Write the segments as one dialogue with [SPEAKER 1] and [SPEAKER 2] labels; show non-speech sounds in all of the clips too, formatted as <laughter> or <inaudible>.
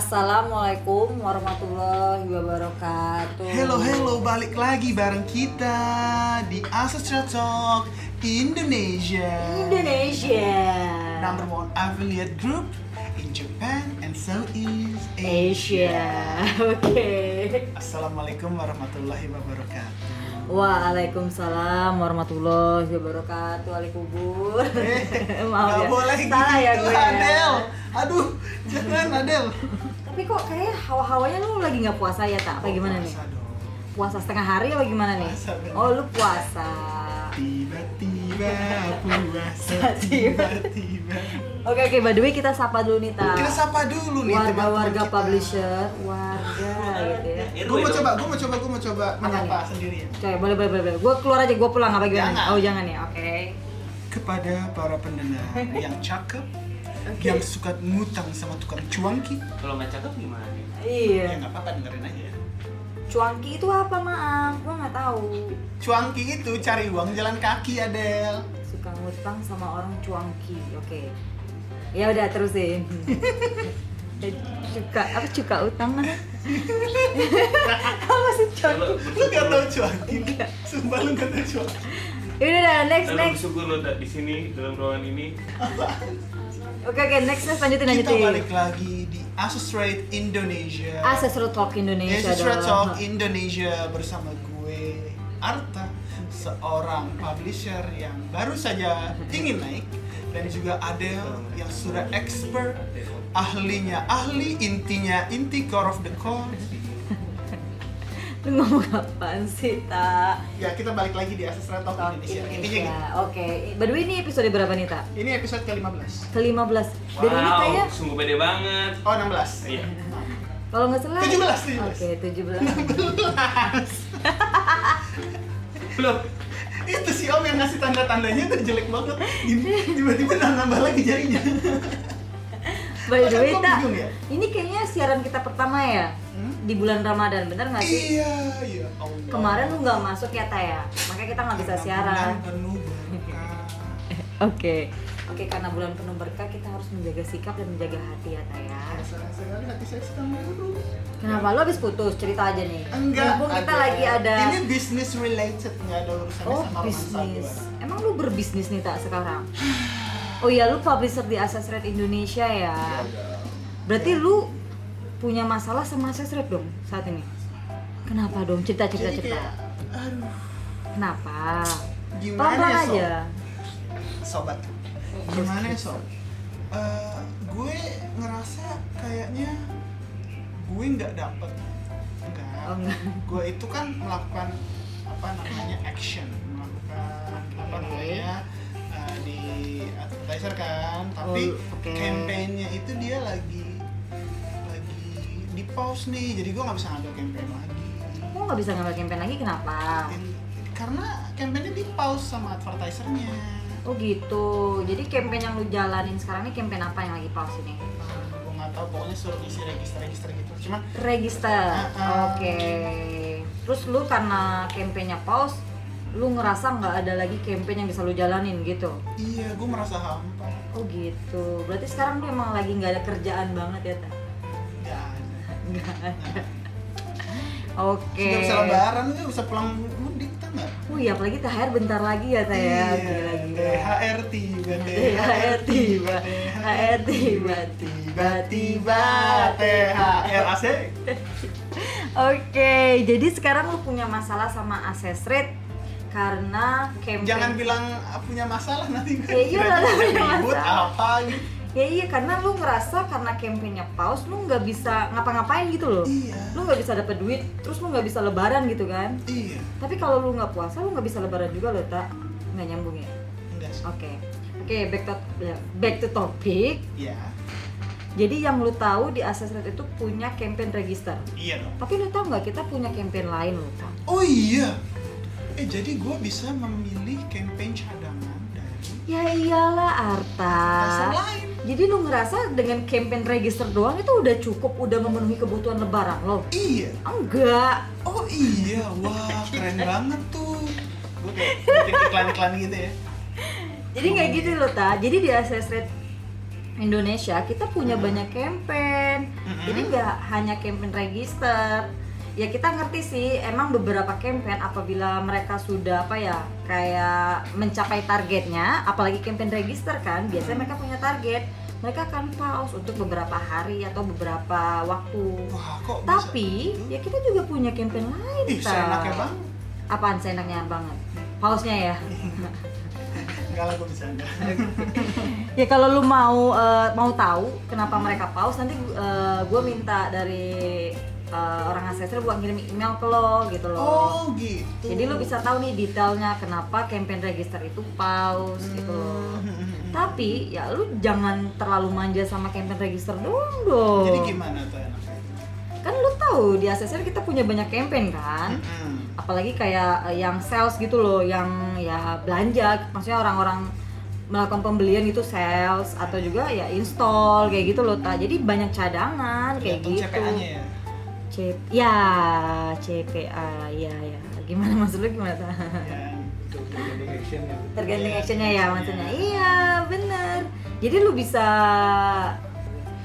[SPEAKER 1] Assalamualaikum warahmatullahi wabarakatuh.
[SPEAKER 2] Hello hello balik lagi bareng kita di Asestra Talk Indonesia.
[SPEAKER 1] Indonesia.
[SPEAKER 2] Number one affiliate group in Japan and Southeast
[SPEAKER 1] Asia.
[SPEAKER 2] Asia.
[SPEAKER 1] Oke.
[SPEAKER 2] Assalamualaikum warahmatullahi wabarakatuh.
[SPEAKER 1] Waalaikumsalam warahmatullahi wabarakatuh. Waalaikumsalam.
[SPEAKER 2] Eh,
[SPEAKER 1] <laughs> Maaf
[SPEAKER 2] nggak
[SPEAKER 1] ya.
[SPEAKER 2] boleh
[SPEAKER 1] Salah
[SPEAKER 2] gitu,
[SPEAKER 1] ya gue. ya.
[SPEAKER 2] Adel. Aduh, jangan Adel.
[SPEAKER 1] Tapi kok kayaknya hawa-hawanya lu lagi nggak puasa ya, Tak? Apa gimana nih?
[SPEAKER 2] Oh, Puasa dong.
[SPEAKER 1] Puasa setengah hari apa gimana nih?
[SPEAKER 2] Puasa, bener.
[SPEAKER 1] Oh, lu puasa.
[SPEAKER 2] Tiba-tiba puasa,
[SPEAKER 1] Tiba-tiba.
[SPEAKER 2] tiba-tiba.
[SPEAKER 1] Oke, oke, by the way kita sapa dulu nih, Tak.
[SPEAKER 2] Kita sapa dulu nih teman-teman
[SPEAKER 1] warga-warga
[SPEAKER 2] kita.
[SPEAKER 1] publisher, warga gitu ya.
[SPEAKER 2] Gue mau coba, gue mau coba, gue mau coba menyapa
[SPEAKER 1] nih?
[SPEAKER 2] sendiri ya.
[SPEAKER 1] Coy, boleh boleh boleh. Gue keluar aja, gue pulang apa gimana?
[SPEAKER 2] Jangan.
[SPEAKER 1] Oh jangan ya, oke.
[SPEAKER 2] kepada para pendengar
[SPEAKER 1] <laughs>
[SPEAKER 2] yang cakep,
[SPEAKER 1] Oke.
[SPEAKER 2] yang suka ngutang sama tukang cuangki,
[SPEAKER 3] Kalau nggak cakep gimana?
[SPEAKER 1] Iya.
[SPEAKER 2] ya nggak apa-apa dengerin aja.
[SPEAKER 1] Cuangki itu apa maaf? Gue nggak tahu.
[SPEAKER 2] Cuangki itu cari uang jalan kaki Adel.
[SPEAKER 1] Suka ngutang sama orang cuangki, oke. Ya udah
[SPEAKER 2] <laughs>
[SPEAKER 1] terusin. cuka apa cuka utang kan? apa sih cuangki?
[SPEAKER 3] Kalau
[SPEAKER 2] <laughs> Lu nggak tahu cuangki, sumpah lu nggak tahu cuangki.
[SPEAKER 1] Yaudah Ya udah next
[SPEAKER 3] Kalau
[SPEAKER 1] next.
[SPEAKER 3] bersyukur lo da- di sini dalam ruangan ini.
[SPEAKER 1] Oke oke next next lanjutin
[SPEAKER 2] Kita
[SPEAKER 1] lanjutin.
[SPEAKER 2] balik lagi di Asus Rate Indonesia.
[SPEAKER 1] Asesor Talk Indonesia
[SPEAKER 2] Asus
[SPEAKER 1] dong.
[SPEAKER 2] Rate Iya, Talk Indonesia bersama gue Arta, seorang publisher yang baru saja ingin naik dan juga Adel yang sudah expert ahlinya ahli intinya inti core of the core
[SPEAKER 1] Lu ngomong apaan sih, Tak?
[SPEAKER 2] ya kita balik lagi di Asus Rate Talk
[SPEAKER 1] Talk
[SPEAKER 2] Indonesia intinya
[SPEAKER 1] Indonesia.
[SPEAKER 2] gitu.
[SPEAKER 1] Oke. By the way ini episode berapa nih, Tak?
[SPEAKER 2] ini episode ke-15
[SPEAKER 1] ke-15 dan ini kayak
[SPEAKER 3] Wow, sungguh pede banget.
[SPEAKER 2] oh 16
[SPEAKER 3] Iya.
[SPEAKER 1] kalau nggak salah
[SPEAKER 2] 17, 17.
[SPEAKER 1] oke
[SPEAKER 2] <laughs> Kan
[SPEAKER 1] 17
[SPEAKER 3] Belum.
[SPEAKER 2] itu si om yang ngasih tanda-tandanya tuh jelek banget Gini, tiba-tiba nambah lagi jarinya
[SPEAKER 1] Iya. by the
[SPEAKER 2] Masa
[SPEAKER 1] way
[SPEAKER 2] gua
[SPEAKER 1] tak
[SPEAKER 2] bingung ya?
[SPEAKER 1] ini kayaknya siaran kita pertama ya
[SPEAKER 2] Hmm?
[SPEAKER 1] di bulan Ramadan bener nggak sih
[SPEAKER 2] iya iya Allah
[SPEAKER 1] kemarin lu nggak masuk ya tak ya makanya kita nggak
[SPEAKER 2] Iya,
[SPEAKER 1] bisa siaran
[SPEAKER 2] Bulan penuh berkah.
[SPEAKER 1] oke Oke, karena bulan penuh berkah kita harus menjaga sikap dan menjaga hati ya Taya.
[SPEAKER 2] Rasa-rasa kali hati saya sedang murung.
[SPEAKER 1] Kenapa lu habis putus? Cerita aja nih.
[SPEAKER 2] Enggak.
[SPEAKER 1] Mumpung kita
[SPEAKER 2] ada-
[SPEAKER 1] lagi ada
[SPEAKER 2] Ini bisnis related nggak ada urusannya
[SPEAKER 1] oh
[SPEAKER 2] sama romansa
[SPEAKER 1] bisnis.
[SPEAKER 2] gua.
[SPEAKER 1] Emang lu berbisnis nih tak sekarang? Oh iya, lu publisher di Asas Red Indonesia ya.
[SPEAKER 2] Iya.
[SPEAKER 1] Berarti lu punya masalah sama sesrep dong saat ini? Kenapa dong? Cerita cerita
[SPEAKER 2] Jadi
[SPEAKER 1] cerita.
[SPEAKER 2] kayak, aduh,
[SPEAKER 1] Kenapa?
[SPEAKER 2] gimana
[SPEAKER 1] Pelan-pelan
[SPEAKER 2] ya, Sob?
[SPEAKER 1] aja.
[SPEAKER 2] sobat? Gimana ya, sob? Eh, gue ngerasa kayaknya gue nggak dapet enggak.
[SPEAKER 1] Oh, enggak.
[SPEAKER 2] Gue itu kan melakukan apa namanya action, melakukan apa
[SPEAKER 1] Oke.
[SPEAKER 2] namanya eh, di advertiser kan, tapi
[SPEAKER 1] Oh, oke.
[SPEAKER 2] campaign-nya itu dia lagi lagi di pause nih, jadi gue nggak bisa ngambil campaign lagi.
[SPEAKER 1] Kamu nggak bisa ngambil campaign lagi kenapa?
[SPEAKER 2] Karena campaignnya di pause sama advertisernya.
[SPEAKER 1] Oh gitu. Jadi campaign yang lu jalanin sekarang ini campaign apa yang lagi pause ini?
[SPEAKER 2] gue nggak tahu pokoknya suruh isi register-register gitu cuman
[SPEAKER 1] Register.
[SPEAKER 2] Ah, ah.
[SPEAKER 1] Oke. Terus lu karena campaignnya pause, lu ngerasa nggak ada lagi campaign yang bisa lu jalanin gitu?
[SPEAKER 2] iya gue merasa hampa
[SPEAKER 1] Oh gitu. Berarti sekarang lu emang lagi nggak ada kerjaan banget ya, Ta?
[SPEAKER 2] nggak ada
[SPEAKER 1] Nggak ada.
[SPEAKER 2] Nah,
[SPEAKER 1] Oke.
[SPEAKER 2] nggak bisa lebaran nggak bisa pulang mudik tau nggak
[SPEAKER 1] Oh iya, apalagi THR bentar lagi ya, Teh.
[SPEAKER 2] Iya,
[SPEAKER 1] ya? Gila, gila.
[SPEAKER 2] THR tiba
[SPEAKER 1] THR tiba, THR tiba,
[SPEAKER 2] tiba-tiba THR asik
[SPEAKER 1] Oke, jadi sekarang lu punya masalah sama akses rate karena campaign.
[SPEAKER 2] jangan bilang ah, punya masalah nanti
[SPEAKER 1] <laughs>
[SPEAKER 2] gue
[SPEAKER 1] Ya, iya, nanti punya
[SPEAKER 2] ribut
[SPEAKER 1] masalah.
[SPEAKER 2] apa gitu
[SPEAKER 1] Ya iya, karena lu ngerasa karena campaignnya pause, lu nggak bisa ngapa-ngapain gitu loh.
[SPEAKER 2] iya
[SPEAKER 1] Lu nggak bisa dapet duit, terus lu nggak bisa lebaran gitu kan.
[SPEAKER 2] iya
[SPEAKER 1] Tapi kalau lu nggak puasa, lu nggak bisa lebaran juga loh, tak? Nggak nyambung ya?
[SPEAKER 2] enggak sih
[SPEAKER 1] Oke. Oke, back to back to topic.
[SPEAKER 2] iya
[SPEAKER 1] Jadi yang lu tahu di akses rate itu punya campaign register.
[SPEAKER 2] iya dong
[SPEAKER 1] Tapi lu tahu nggak kita punya campaign lain loh, Kak?
[SPEAKER 2] oh iya eh jadi gue bisa memilih campaign cadangan dari
[SPEAKER 1] Ya iyalah Arta.
[SPEAKER 2] pasar lain
[SPEAKER 1] Jadi lu ngerasa dengan campaign register doang itu udah cukup udah memenuhi kebutuhan lebaran lo?
[SPEAKER 2] Iya.
[SPEAKER 1] Enggak.
[SPEAKER 2] Oh iya,
[SPEAKER 1] <laughs>
[SPEAKER 2] wah keren banget tuh. Gue kayak bikin iklan-iklan gitu ya.
[SPEAKER 1] Jadi nggak gitu loh ta. Jadi di access rate Indonesia kita punya
[SPEAKER 2] Hmm.
[SPEAKER 1] banyak campaign.
[SPEAKER 2] Mm-mm.
[SPEAKER 1] Ini nggak hanya campaign register. Ya kita ngerti sih, emang beberapa campaign apabila mereka sudah apa ya kayak mencapai targetnya, apalagi campaign register kan,
[SPEAKER 2] Hmm.
[SPEAKER 1] biasanya mereka punya target. Mereka akan pause untuk beberapa hari atau beberapa waktu.
[SPEAKER 2] Wah, kok bisa
[SPEAKER 1] Tapi
[SPEAKER 2] gitu?
[SPEAKER 1] ya kita juga punya campaign lain.
[SPEAKER 2] Ih,
[SPEAKER 1] Tal.
[SPEAKER 2] seenaknya banget. Iya.
[SPEAKER 1] Apaan seenaknya banget? Pausnya ya.
[SPEAKER 2] Enggak lah, gue bisa enggak.
[SPEAKER 1] Iya, Ya kalau lu mau eh, mau tahu kenapa mereka pause nanti gue minta dari eh, orang asesor buat ngirim email ke lo gitu loh.
[SPEAKER 2] Oh, gitu.
[SPEAKER 1] Jadi lu bisa tahu nih detailnya kenapa campaign register itu pause gitu
[SPEAKER 2] <laughs>
[SPEAKER 1] loh.
[SPEAKER 2] Hmm.
[SPEAKER 1] Tapi ya lu jangan terlalu manja sama campaign register dong dong.
[SPEAKER 2] Jadi gimana tuh enaknya?
[SPEAKER 1] Kan lu tahu di asesor kita punya banyak campaign kan.
[SPEAKER 2] Hmm.
[SPEAKER 1] apalagi kayak eh, yang sales gitu loh yang ya belanja maksudnya orang-orang melakukan pembelian itu sales atau juga ya install kayak gitu loh Ta. jadi banyak cadangan kayak
[SPEAKER 2] Tergantung
[SPEAKER 1] gitu
[SPEAKER 2] CPA-nya ya.
[SPEAKER 1] C- ya CPA ya ya gimana <laughs> maksud lu gimana ta <laughs>
[SPEAKER 2] Ya, itu tergantung action-nya.
[SPEAKER 1] tergantung
[SPEAKER 2] Iya,
[SPEAKER 1] actionnya ya maksudnya iya bener jadi lu bisa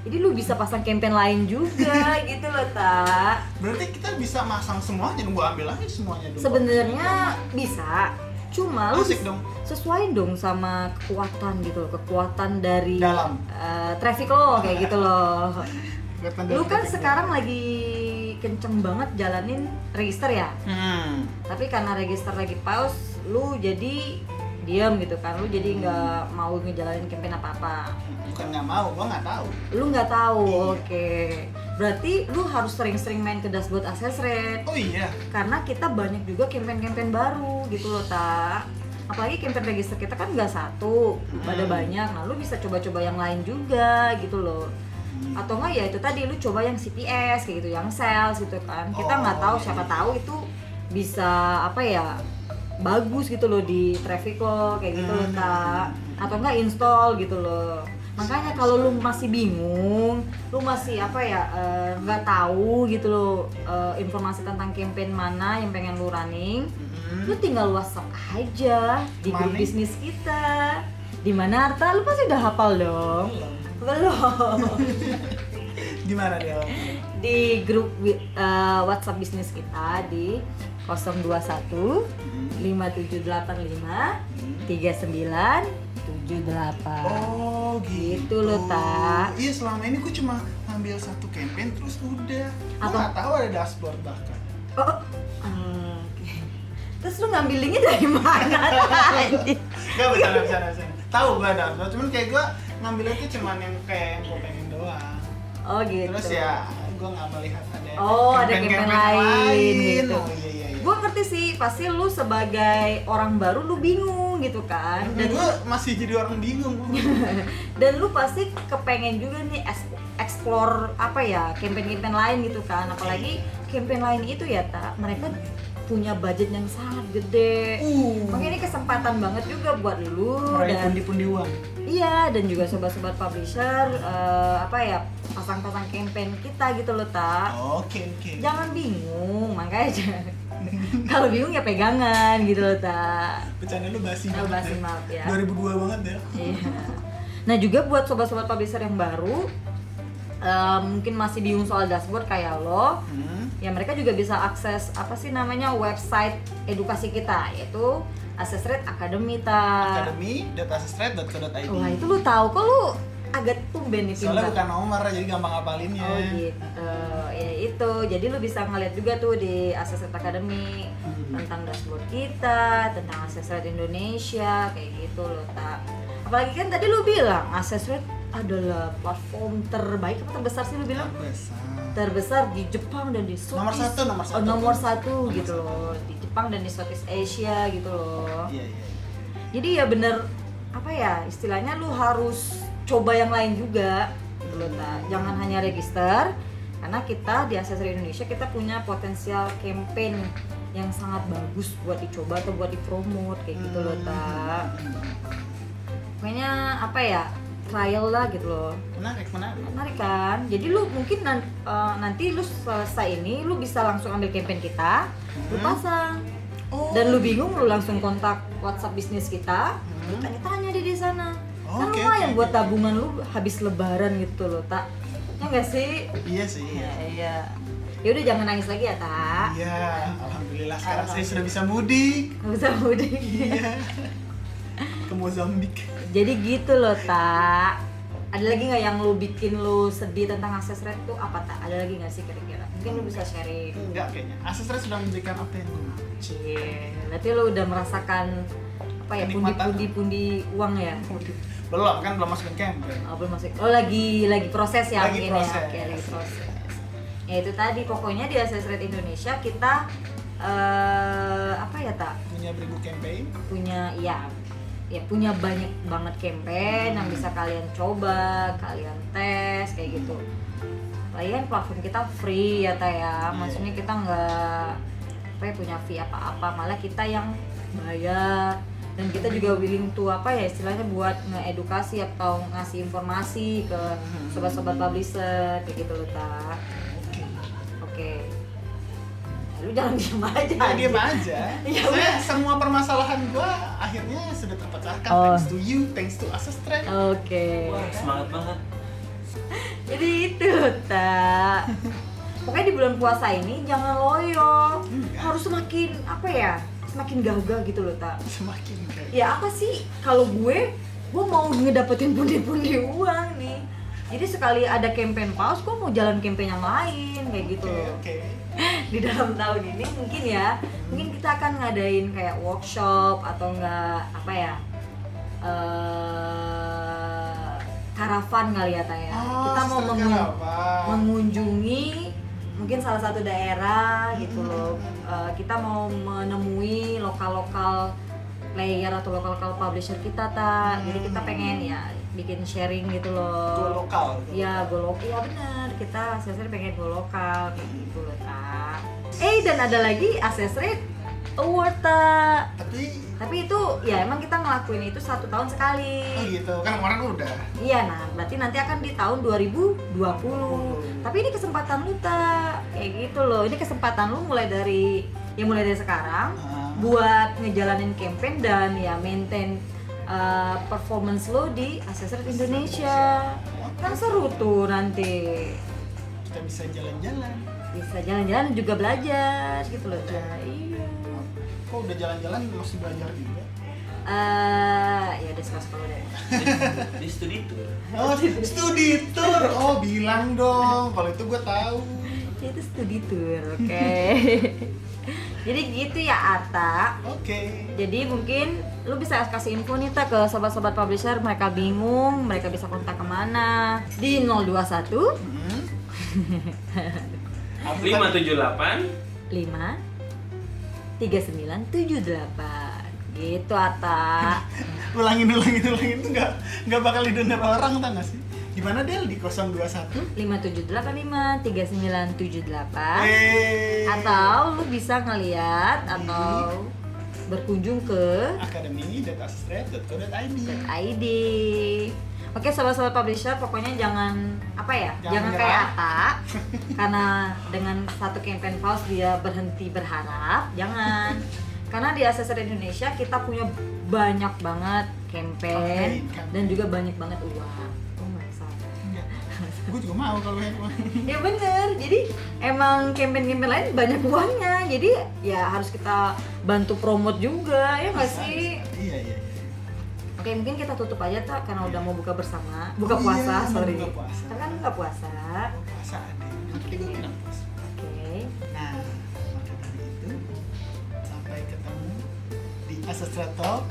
[SPEAKER 1] jadi lu bisa pasang campaign lain
[SPEAKER 2] <laughs>
[SPEAKER 1] juga gitu loh tak
[SPEAKER 2] Berarti kita bisa masang semuanya dong, gua ambil aja semuanya dong.
[SPEAKER 1] sebenarnya bisa cuma lu
[SPEAKER 2] Asik dong.
[SPEAKER 1] sesuai dong sama kekuatan gitu loh kekuatan dari
[SPEAKER 2] Dalam.
[SPEAKER 1] eh, traffic lo kayak gitu loh
[SPEAKER 2] Gua tanda
[SPEAKER 1] lu kan
[SPEAKER 2] petik dulu.
[SPEAKER 1] sekarang lagi kenceng banget jalanin register ya
[SPEAKER 2] Hmm.
[SPEAKER 1] tapi karena register lagi pause lu jadi diam gitu kan lu jadi
[SPEAKER 2] Hmm.
[SPEAKER 1] nggak mau ngejalanin campaign apa apa
[SPEAKER 2] Bukan nggak mau, gua nggak tahu.
[SPEAKER 1] lu nggak tahu
[SPEAKER 2] Iya.
[SPEAKER 1] oke berarti lu harus sering-sering main ke dashboard access rate
[SPEAKER 2] Oh iya,
[SPEAKER 1] karena kita banyak juga campaign-campaign baru gitu loh tak apalagi campaign register kita kan nggak satu pada
[SPEAKER 2] Hmm.
[SPEAKER 1] banyak nah lu bisa coba-coba yang lain juga gitu loh atau enggak ya itu tadi lu coba yang CPS kayak gitu yang sales gitu kan kita
[SPEAKER 2] Oh,
[SPEAKER 1] nggak tahu
[SPEAKER 2] iya.
[SPEAKER 1] siapa tahu itu bisa apa ya bagus gitu loh di traffic lo kayak gitu loh
[SPEAKER 2] Hmm.
[SPEAKER 1] tak atau enggak install gitu loh makanya kalau lu masih bingung lu masih apa ya eh, nggak tahu gitu loh eh, informasi tentang campaign mana yang pengen lu running
[SPEAKER 2] Mm-mm.
[SPEAKER 1] lu tinggal whatsapp aja di grup
[SPEAKER 2] Mana?
[SPEAKER 1] bisnis kita di mana Arta lu pasti udah hafal dong
[SPEAKER 2] Belum.
[SPEAKER 1] belum
[SPEAKER 2] di mana dia?
[SPEAKER 1] di grup wi- eh, WhatsApp bisnis kita di 021 5785 3978
[SPEAKER 2] Oh gitu.
[SPEAKER 1] Gitu loh, Ta.
[SPEAKER 2] Iya selama ini gue cuma ambil satu campaign terus udah. Gue
[SPEAKER 1] Atau-
[SPEAKER 2] nggak tahu ada dashboard bahkan.
[SPEAKER 1] Oh, eh, oke. Terus lu ngambil linknya dari mana <laughs> tadi?
[SPEAKER 2] <laughs> Gak bercanda bercanda bercanda. Tahu gue ada dashboard, cuman kayak gue ngambilnya tuh cuman yang kayak yang gue pengen doang.
[SPEAKER 1] Oh gitu.
[SPEAKER 2] Terus ya gue nggak melihat ada.
[SPEAKER 1] Oh, ada
[SPEAKER 2] campaign-campaign
[SPEAKER 1] campaign lain, gitu.
[SPEAKER 2] Oh iya iya. iya.
[SPEAKER 1] Gue ngerti sih, pasti lu sebagai orang baru lu bingung gitu kan. Iya.
[SPEAKER 2] Dan
[SPEAKER 1] Dan
[SPEAKER 2] gue masih jadi orang
[SPEAKER 1] <laughs>
[SPEAKER 2] bingung.
[SPEAKER 1] dan lu pasti kepengen juga nih es- explore apa ya campaign-campaign lain gitu kan apalagi campaign lain itu ya tak mereka punya budget yang sangat gede
[SPEAKER 2] uh.
[SPEAKER 1] makanya ini kesempatan banget juga buat lu
[SPEAKER 2] Meraih
[SPEAKER 1] dan
[SPEAKER 2] pundi-pundi uang.
[SPEAKER 1] iya dan juga sobat-sobat publisher eh, apa ya pasang-pasang campaign kita gitu loh tak
[SPEAKER 2] Oke oke.
[SPEAKER 1] jangan bingung makanya <laughs> jangan- kalau bingung ya pegangan gitu loh tak
[SPEAKER 2] Bercanda lu basi
[SPEAKER 1] Oh,
[SPEAKER 2] banget
[SPEAKER 1] basi
[SPEAKER 2] deh.
[SPEAKER 1] banget ya.
[SPEAKER 2] 2002 banget deh.
[SPEAKER 1] Iya. Nah juga buat sobat-sobat publisher yang baru eh, mungkin masih bingung soal dashboard kayak lo,
[SPEAKER 2] Hmm.
[SPEAKER 1] ya mereka juga bisa akses apa sih namanya website edukasi kita yaitu Access Rate Academy ta.
[SPEAKER 2] academy.asestrade.co.id
[SPEAKER 1] Ah. Wah itu lu tahu kok lu agak tumben nih
[SPEAKER 2] Soalnya
[SPEAKER 1] pintar.
[SPEAKER 2] bukan nomor, jadi gampang ngapalinnya
[SPEAKER 1] Oh gitu, ya itu. Jadi lu bisa ngeliat juga tuh di Access Rate Academy
[SPEAKER 2] Mhm.
[SPEAKER 1] tentang dashboard kita, tentang Access Rate Indonesia, kayak gitu loh tak. Apalagi kan tadi lu bilang Access Rate adalah platform terbaik apa terbesar sih lu bilang?
[SPEAKER 2] Besar.
[SPEAKER 1] Terbesar di Jepang dan di Southeast.
[SPEAKER 2] Nomor satu, nomor
[SPEAKER 1] Oh,
[SPEAKER 2] satu.
[SPEAKER 1] nomor satu
[SPEAKER 2] Nomor
[SPEAKER 1] gitu
[SPEAKER 2] satu.
[SPEAKER 1] loh di Jepang dan di Southeast Asia gitu loh.
[SPEAKER 2] Iya, iya.
[SPEAKER 1] Jadi ya bener apa ya istilahnya lu harus coba yang lain juga gitu loh, Ta. Jangan hanya register karena kita di Asesor Indonesia kita punya potensial campaign yang sangat bagus buat dicoba atau buat dipromot
[SPEAKER 2] iya.
[SPEAKER 1] kayak gitu
[SPEAKER 2] Hmm.
[SPEAKER 1] loh tak Pokoknya apa ya trial lah gitu loh
[SPEAKER 2] Menarik, menarik.
[SPEAKER 1] menarik kan jadi lu mungkin nan- eh, nanti lu selesai ini lu bisa langsung ambil campaign kita lu
[SPEAKER 2] Hmm.
[SPEAKER 1] pasang
[SPEAKER 2] Oh.
[SPEAKER 1] dan lu bingung lu langsung kontak WhatsApp bisnis kita
[SPEAKER 2] Hmm. Oh,
[SPEAKER 1] tanya-tanya di di sana Kan
[SPEAKER 2] Oke,
[SPEAKER 1] lumayan
[SPEAKER 2] oke,
[SPEAKER 1] buat
[SPEAKER 2] oke.
[SPEAKER 1] tabungan lu habis lebaran gitu loh, tak. Ya enggak sih?
[SPEAKER 2] Iya sih.
[SPEAKER 1] Iya,
[SPEAKER 2] Iya.
[SPEAKER 1] iya. Ya udah jangan nangis lagi ya, tak.
[SPEAKER 2] Iya, alhamdulillah sekarang saya sudah bisa mudik.
[SPEAKER 1] Nggak usah mudik.
[SPEAKER 2] Iya. Ke Mozambik.
[SPEAKER 1] Jadi gitu loh, tak. Ada lagi nggak yang lu bikin lu sedih tentang akses rate tuh apa tak? Ada lagi nggak sih kira-kira? Mungkin lu bisa sharing.
[SPEAKER 2] Enggak kayaknya. Asesra sudah memberikan apa yang gue mau.
[SPEAKER 1] Cie, Iya. berarti lu udah merasakan apa ya
[SPEAKER 2] Kenikmatan.
[SPEAKER 1] pundi-pundi-pundi uang ya?
[SPEAKER 2] Belum kan belum masukin campaign.
[SPEAKER 1] Oh, belum masuk. Oh, lagi lagi proses ya
[SPEAKER 2] Lagi
[SPEAKER 1] mungkin
[SPEAKER 2] proses.
[SPEAKER 1] ya. Oke, lagi proses. Ya itu tadi pokoknya di Access Rate Indonesia kita eh apa ya tak
[SPEAKER 2] Punya beribu campaign.
[SPEAKER 1] punya ya ya punya banyak banget campaign yang bisa kalian coba, kalian tes kayak gitu. Lain platform kita free ya tak ya. Maksudnya kita nggak apa ya, punya fee apa-apa, malah kita yang bayar dan kita juga willing to apa ya istilahnya buat ngeedukasi atau ngasih informasi ke sobat-sobat publisher kayak gitu loh tak.
[SPEAKER 2] Oke.
[SPEAKER 1] Oke. Lu jangan diem aja.
[SPEAKER 2] Nah, diam aja.
[SPEAKER 1] Iya, <laughs> Ya
[SPEAKER 2] Saya semua permasalahan gua akhirnya sudah terpecahkan
[SPEAKER 1] Oh.
[SPEAKER 2] thanks to you, thanks to Asestra.
[SPEAKER 1] Oke.
[SPEAKER 3] Wah, semangat banget.
[SPEAKER 1] Jadi itu tak. Pokoknya di bulan puasa ini jangan loyo.
[SPEAKER 2] Enggak.
[SPEAKER 1] Harus semakin apa ya? Semakin gagah gitu loh tak.
[SPEAKER 2] Semakin kayak
[SPEAKER 1] Ya apa sih kalau gue gue mau ngedapetin pundi-pundi uang nih. Jadi sekali ada campaign paus, gue mau jalan campaign yang lain kayak gitu
[SPEAKER 2] Oke,
[SPEAKER 1] loh.
[SPEAKER 2] oke.
[SPEAKER 1] Di dalam tahun ini mungkin ya, mungkin kita akan ngadain kayak workshop atau enggak apa ya? eh karavan kali ya Taya.
[SPEAKER 2] Ah, Oh,
[SPEAKER 1] kita mau
[SPEAKER 2] sekarang
[SPEAKER 1] mengun-
[SPEAKER 2] apa?
[SPEAKER 1] mengunjungi mungkin salah satu daerah gitu loh. Eh, kita mau menemui lokal-lokal player atau lokal-lokal publisher kita ta. Jadi kita pengen ya bikin sharing gitu
[SPEAKER 2] Go
[SPEAKER 1] loh.
[SPEAKER 2] lokal. go
[SPEAKER 1] Ya go lokal, ya benar. Kita asesor pengen go lokal kayak gitu loh ta. Eh dan ada lagi asesor award ta.
[SPEAKER 2] Tapi
[SPEAKER 1] Tapi itu ya emang kita ngelakuin itu satu tahun sekali.
[SPEAKER 2] oh gitu kan kemarin udah.
[SPEAKER 1] Iya, nah berarti nanti akan di tahun 2020. Tapi ini kesempatan lu tak kayak gitu loh. Ini kesempatan lu mulai dari ya mulai dari sekarang
[SPEAKER 2] Ah.
[SPEAKER 1] buat ngejalanin campaign dan ya maintain uh, performance lo di Assessor Indonesia. Kan seru tuh nanti
[SPEAKER 2] Kita bisa jalan-jalan.
[SPEAKER 1] bisa jalan-jalan dan juga belajar gitu loh. Nah, iya.
[SPEAKER 2] Kok udah jalan-jalan masih belajar juga?
[SPEAKER 1] Eh, ya udah sekolah-sekolah deh.
[SPEAKER 3] Di studi itu.
[SPEAKER 2] Oh, studi tour. Oh, bilang dong. Kalau itu gue tahu.
[SPEAKER 1] Ya, itu studi tour, oke. Jadi gitu ya Ata.
[SPEAKER 2] Oke.
[SPEAKER 1] Jadi mungkin lu bisa kasih info nih Ta, ke sobat-sobat publisher mereka bingung, mereka bisa kontak kemana di 021
[SPEAKER 2] Hmm. Apa tadi?
[SPEAKER 3] 578
[SPEAKER 1] 5 3978 gitu Ata
[SPEAKER 2] ulangin ulangin ulangin tuh nggak nggak bakal didengar orang tau nggak sih di mana Del di 021
[SPEAKER 1] 5785 3978
[SPEAKER 2] eh
[SPEAKER 1] atau lu bisa ngeliat atau berkunjung ke
[SPEAKER 2] akademi.asesret.co.id
[SPEAKER 1] ID. Oke sobat-sobat publisher, pokoknya jangan apa ya,
[SPEAKER 2] Jangan
[SPEAKER 1] jangan,
[SPEAKER 2] menyerah.
[SPEAKER 1] kayak Ata, karena dengan satu campaign false dia berhenti berharap, jangan. karena di Asesor Indonesia kita punya banyak banget campaign dan
[SPEAKER 2] Oke, campaign.
[SPEAKER 1] juga banyak banget uang. Oh, masalah.
[SPEAKER 2] gue Iya. juga mau kalau yang
[SPEAKER 1] ya bener jadi emang campaign-campaign lain banyak uangnya jadi ya harus kita bantu promote juga ya nggak sih
[SPEAKER 2] iya iya
[SPEAKER 1] Oke mungkin kita tutup aja tak karena udah mau buka bersama buka
[SPEAKER 2] Iya,
[SPEAKER 1] puasa
[SPEAKER 2] mau
[SPEAKER 1] sorry
[SPEAKER 2] buka puasa.
[SPEAKER 1] Karena kan buka puasa
[SPEAKER 2] Gua puasa ada tapi gue tidak puasa
[SPEAKER 1] oke
[SPEAKER 2] nah maka dari itu sampai ketemu di Asesret Talk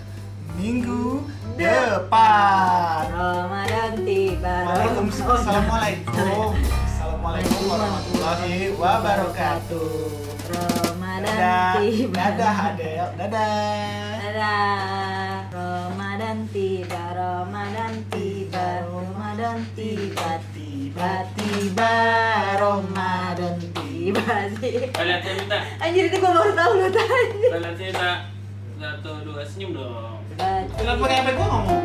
[SPEAKER 2] minggu depan
[SPEAKER 1] Ramadan tiba
[SPEAKER 2] Waalaikumsalam Assalamualaikum Assalamualaikum warahmatullahi wabarakatuh
[SPEAKER 1] Ramadan
[SPEAKER 2] Dadah.
[SPEAKER 1] tiba
[SPEAKER 2] Dadah, Adel. Dadah.
[SPEAKER 1] Dadah Ramadan tiba Ramadan tiba Ramadan tiba tiba-tiba Ramadan tiba <laughs> sih
[SPEAKER 3] Toiletnya minta
[SPEAKER 1] Anjir itu gue baru tahu loh tadi
[SPEAKER 3] Toiletnya minta Satu dua senyum dong
[SPEAKER 2] Kenapa kayak apa gue ngomong?